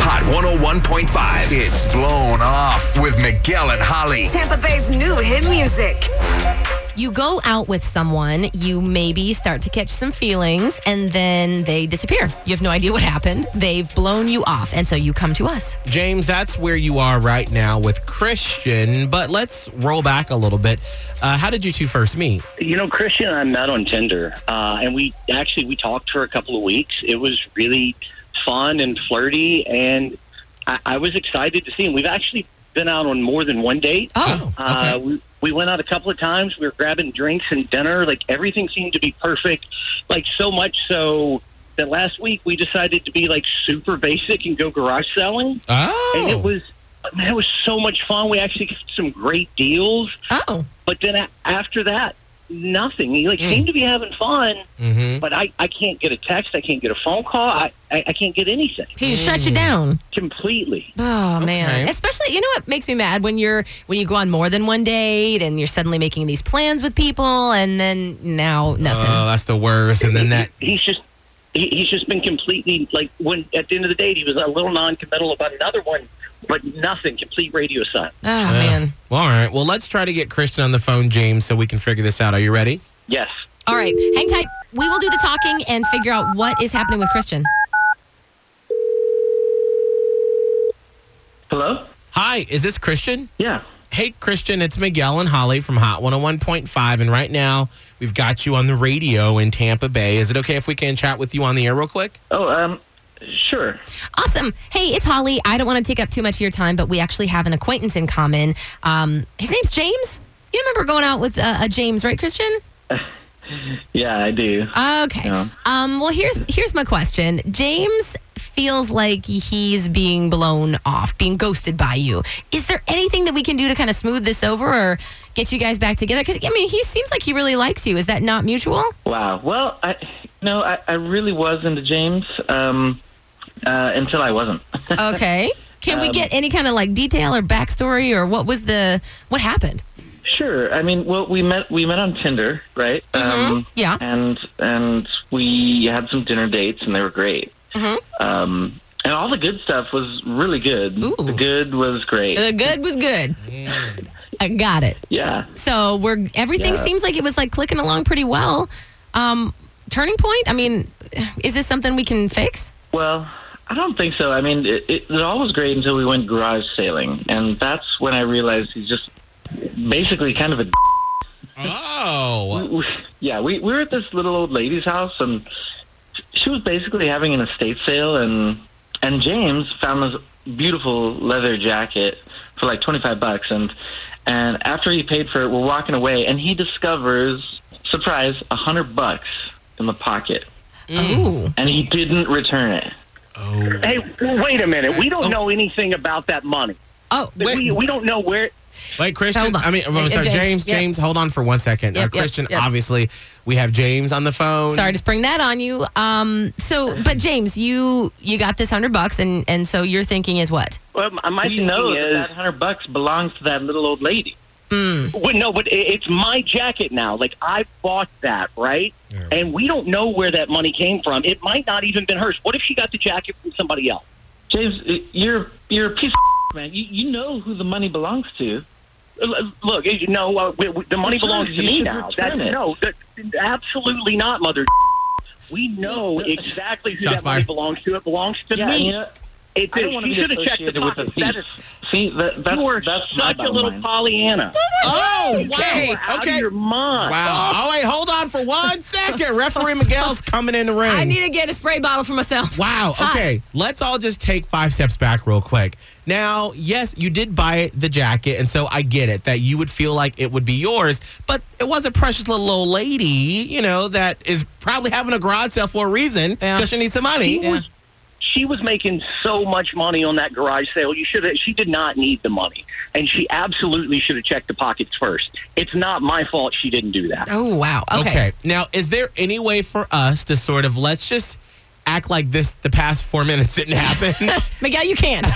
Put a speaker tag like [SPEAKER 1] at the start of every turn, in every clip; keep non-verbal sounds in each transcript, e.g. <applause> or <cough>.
[SPEAKER 1] Hot 101.5. It's blown off with Miguel and Holly.
[SPEAKER 2] Tampa Bay's new hit music.
[SPEAKER 3] You go out with someone, you maybe start to catch some feelings, and then they disappear. You have no idea what happened. They've blown you off, and so you come to us.
[SPEAKER 4] James, that's where you are right now with Christian. But let's roll back a little bit. Uh, how did you two first meet?
[SPEAKER 5] You know, Christian and I met on Tinder, uh, and we actually we talked for a couple of weeks. It was really fun and flirty, and I, I was excited to see him. We've actually been out on more than one date.
[SPEAKER 3] Oh,
[SPEAKER 5] Uh, we, we went out a couple of times. We were grabbing drinks and dinner. Like everything seemed to be perfect. Like so much so that last week we decided to be like super basic and go garage selling.
[SPEAKER 4] Oh,
[SPEAKER 5] uh, And it was man, it was so much fun. We actually got some great deals.
[SPEAKER 3] Oh,
[SPEAKER 5] But then a- after that, nothing. He like
[SPEAKER 4] Mm.
[SPEAKER 5] seemed to be having fun,
[SPEAKER 4] Mhm.
[SPEAKER 5] but I, I can't get a text. I can't get a phone call. I, I, I can't get anything
[SPEAKER 3] he shut you down.
[SPEAKER 5] completely.
[SPEAKER 3] Mm. Oh man.
[SPEAKER 4] Okay.
[SPEAKER 3] Especially, you know what makes me mad when you're when you go on more than one date and you're suddenly making these plans with people, and then now nothing.
[SPEAKER 4] Oh, that's the worst. And then that.
[SPEAKER 5] he's just he, he's just been completely like when at the end of the day he was a little non-committal about another one, but nothing. Complete radio silence.
[SPEAKER 3] oh
[SPEAKER 4] Uh,
[SPEAKER 3] man.
[SPEAKER 4] Well, all right. Well, let's try to get Christian on the phone, James, so we can figure this out. Are you ready?
[SPEAKER 5] Yes.
[SPEAKER 3] All right, hang tight. We will do the talking and figure out what is happening with Christian.
[SPEAKER 5] Hello.
[SPEAKER 4] Hi, is this Christian?
[SPEAKER 5] Yeah.
[SPEAKER 4] Hey, Christian, it's Miguel and Holly from Hot 101.5. And right now, we've got you on the radio in Tampa Bay. Is it okay if we can chat with you on the air real quick?
[SPEAKER 5] Oh, um, sure.
[SPEAKER 3] Awesome. Hey, it's Holly. I don't want to take up too much of your time, but we actually have an acquaintance in common. Um, his name's James. You remember going out with uh, a James, right, Christian?
[SPEAKER 5] Yeah, I do.
[SPEAKER 3] Okay.
[SPEAKER 5] Yeah.
[SPEAKER 3] Um, well, here's here's my question. James feels like he's being blown off, being ghosted by you. Is there anything that we can do to kind of smooth this over or get you guys back together? Because I mean, he seems like he really likes you. Is that not mutual?
[SPEAKER 6] Wow. Well, I no, I, I really was into James um, uh, until I wasn't. <laughs>
[SPEAKER 3] Okay. Can we get any kind of like detail or backstory or what was the what happened?
[SPEAKER 6] sure. I mean, well, we met we met on Tinder, right? Um,
[SPEAKER 3] Mm-hmm. Yeah.
[SPEAKER 6] And and we had some dinner dates, and they were great.
[SPEAKER 3] Mhm.
[SPEAKER 6] Um, and all the good stuff was really good.
[SPEAKER 3] Ooh. Uh,
[SPEAKER 6] The good was great.
[SPEAKER 3] The good was good. I got it.
[SPEAKER 6] yeah.
[SPEAKER 3] So we're everything
[SPEAKER 6] Yeah.
[SPEAKER 3] seems like it was like clicking along pretty well. Um, turning point. I mean, is this something we can fix?
[SPEAKER 6] Well, I don't think so. I mean, it, it, it all was great until we went garage sailing, and that's when I realized he's just basically kind of a
[SPEAKER 5] Uh,
[SPEAKER 4] Oh,
[SPEAKER 6] we- yeah, we, we were at this little old lady's house, and she was basically having an estate sale, and and James found this beautiful leather jacket for like twenty five bucks, and and after he paid for it, we're walking away, and he discovers, surprise, a hundred bucks in the pocket,
[SPEAKER 3] Oh,
[SPEAKER 6] and he didn't return it.
[SPEAKER 4] oh.
[SPEAKER 5] Hey, wait a minute. We don't know anything about that money.
[SPEAKER 3] oh,
[SPEAKER 5] We, we don't know where.
[SPEAKER 4] Wait, Christian.
[SPEAKER 3] Hold on.
[SPEAKER 4] I mean,
[SPEAKER 3] Uh,
[SPEAKER 4] I'm sorry,
[SPEAKER 3] James,
[SPEAKER 4] James. James,
[SPEAKER 3] yep.
[SPEAKER 4] hold on for one second.
[SPEAKER 3] Yep,
[SPEAKER 4] uh,
[SPEAKER 3] yep,
[SPEAKER 4] Christian,
[SPEAKER 3] yep.
[SPEAKER 4] obviously, we have James on the phone.
[SPEAKER 3] sorry to spring that on you. Um, so but James, you you got this hundred bucks, and and so your thinking is what?
[SPEAKER 5] Well, um, my
[SPEAKER 6] I
[SPEAKER 5] thinking
[SPEAKER 6] know that
[SPEAKER 5] is,
[SPEAKER 6] that hundred bucks belongs to that little old lady.
[SPEAKER 5] well, no, but it- it's my jacket now. Like I bought that, right? And we don't know where that money came from. It might not even been hers. What if she got the jacket from somebody else?
[SPEAKER 6] James, you're you're a piece of man. You you know who the money belongs to.
[SPEAKER 5] L- Uh, Look, you know, uh, we, we, the money
[SPEAKER 6] Return
[SPEAKER 5] belongs
[SPEAKER 6] it.
[SPEAKER 5] to
[SPEAKER 6] You
[SPEAKER 5] me
[SPEAKER 6] should
[SPEAKER 5] now.
[SPEAKER 6] return
[SPEAKER 5] That's,
[SPEAKER 6] it.
[SPEAKER 5] no, that, absolutely not, mother. We
[SPEAKER 6] <laughs>
[SPEAKER 5] know exactly who
[SPEAKER 4] Shots
[SPEAKER 5] that money
[SPEAKER 4] fired.
[SPEAKER 5] belongs to. It belongs to
[SPEAKER 6] Yeah,
[SPEAKER 5] me.
[SPEAKER 6] you know,
[SPEAKER 5] it,
[SPEAKER 6] I don't want to
[SPEAKER 5] she
[SPEAKER 6] be
[SPEAKER 5] should have checked the
[SPEAKER 6] associated with a
[SPEAKER 5] pockets.
[SPEAKER 6] thief.
[SPEAKER 5] That is,
[SPEAKER 6] See, that, that's,
[SPEAKER 5] you are
[SPEAKER 6] that's my
[SPEAKER 5] such a
[SPEAKER 6] bottom
[SPEAKER 5] little
[SPEAKER 6] line.
[SPEAKER 5] Pollyanna.
[SPEAKER 4] Oh,
[SPEAKER 5] You
[SPEAKER 4] wow.
[SPEAKER 5] are out
[SPEAKER 4] Okay.
[SPEAKER 5] of your mind.
[SPEAKER 4] Wow. Oh, wait, hold on for one second. Referee Miguel's coming in the ring.
[SPEAKER 3] I need to get a spray bottle for myself.
[SPEAKER 4] Wow.
[SPEAKER 3] Hot.
[SPEAKER 4] Okay. Let's all just take five steps back real quick. Now, yes, you did buy the jacket, and so I get it that you would feel like it would be yours, but it was a precious little old lady, you know, that is probably having a garage sale for a reason
[SPEAKER 3] Yeah.
[SPEAKER 4] because she needs some money.
[SPEAKER 3] Yeah.
[SPEAKER 5] she was making so much money on that garage sale. You should have. She did not need the money, and she absolutely should have checked the pockets first. It's not my fault she didn't do that.
[SPEAKER 3] Oh, wow. Okay.
[SPEAKER 4] Okay. Now, is there any way for us to sort of let's just act like this the past four <laughs> minutes didn't
[SPEAKER 3] <laughs>
[SPEAKER 4] happen?
[SPEAKER 3] Miguel, you can't.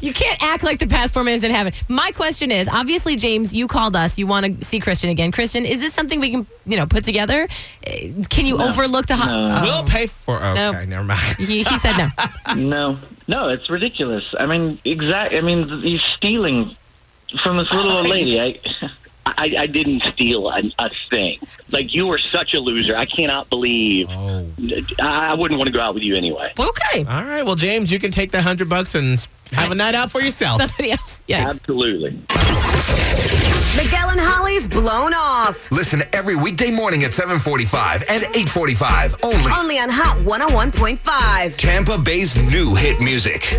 [SPEAKER 3] you can't act like the past four minutes didn't happen. My question is obviously, James, you called us. You want to see Christian again. Christian, is this something we can, you know, put together? Uh, Can you overlook the. Ho-
[SPEAKER 6] No.
[SPEAKER 4] We'll pay for okay,
[SPEAKER 3] Nope.
[SPEAKER 4] never mind.
[SPEAKER 3] he, he said no.
[SPEAKER 6] No, no, it's ridiculous. I mean, exact. I mean, th- he's stealing from this little old lady. I,
[SPEAKER 5] I, I didn't steal a, a thing. Like you are such a loser. I cannot believe.
[SPEAKER 4] Oh.
[SPEAKER 5] I, I wouldn't want to go out with you anyway.
[SPEAKER 3] Okay.
[SPEAKER 4] All right. Well, James, you can take the hundred bucks and s- have a night out for yourself.
[SPEAKER 3] Somebody else. Yikes.
[SPEAKER 5] Absolutely.
[SPEAKER 2] Miguel and Holly's Blown Off.
[SPEAKER 1] Listen every weekday morning at 745 and 845 only.
[SPEAKER 2] Only on Hot 101.5.
[SPEAKER 1] Tampa Bay's new hit music.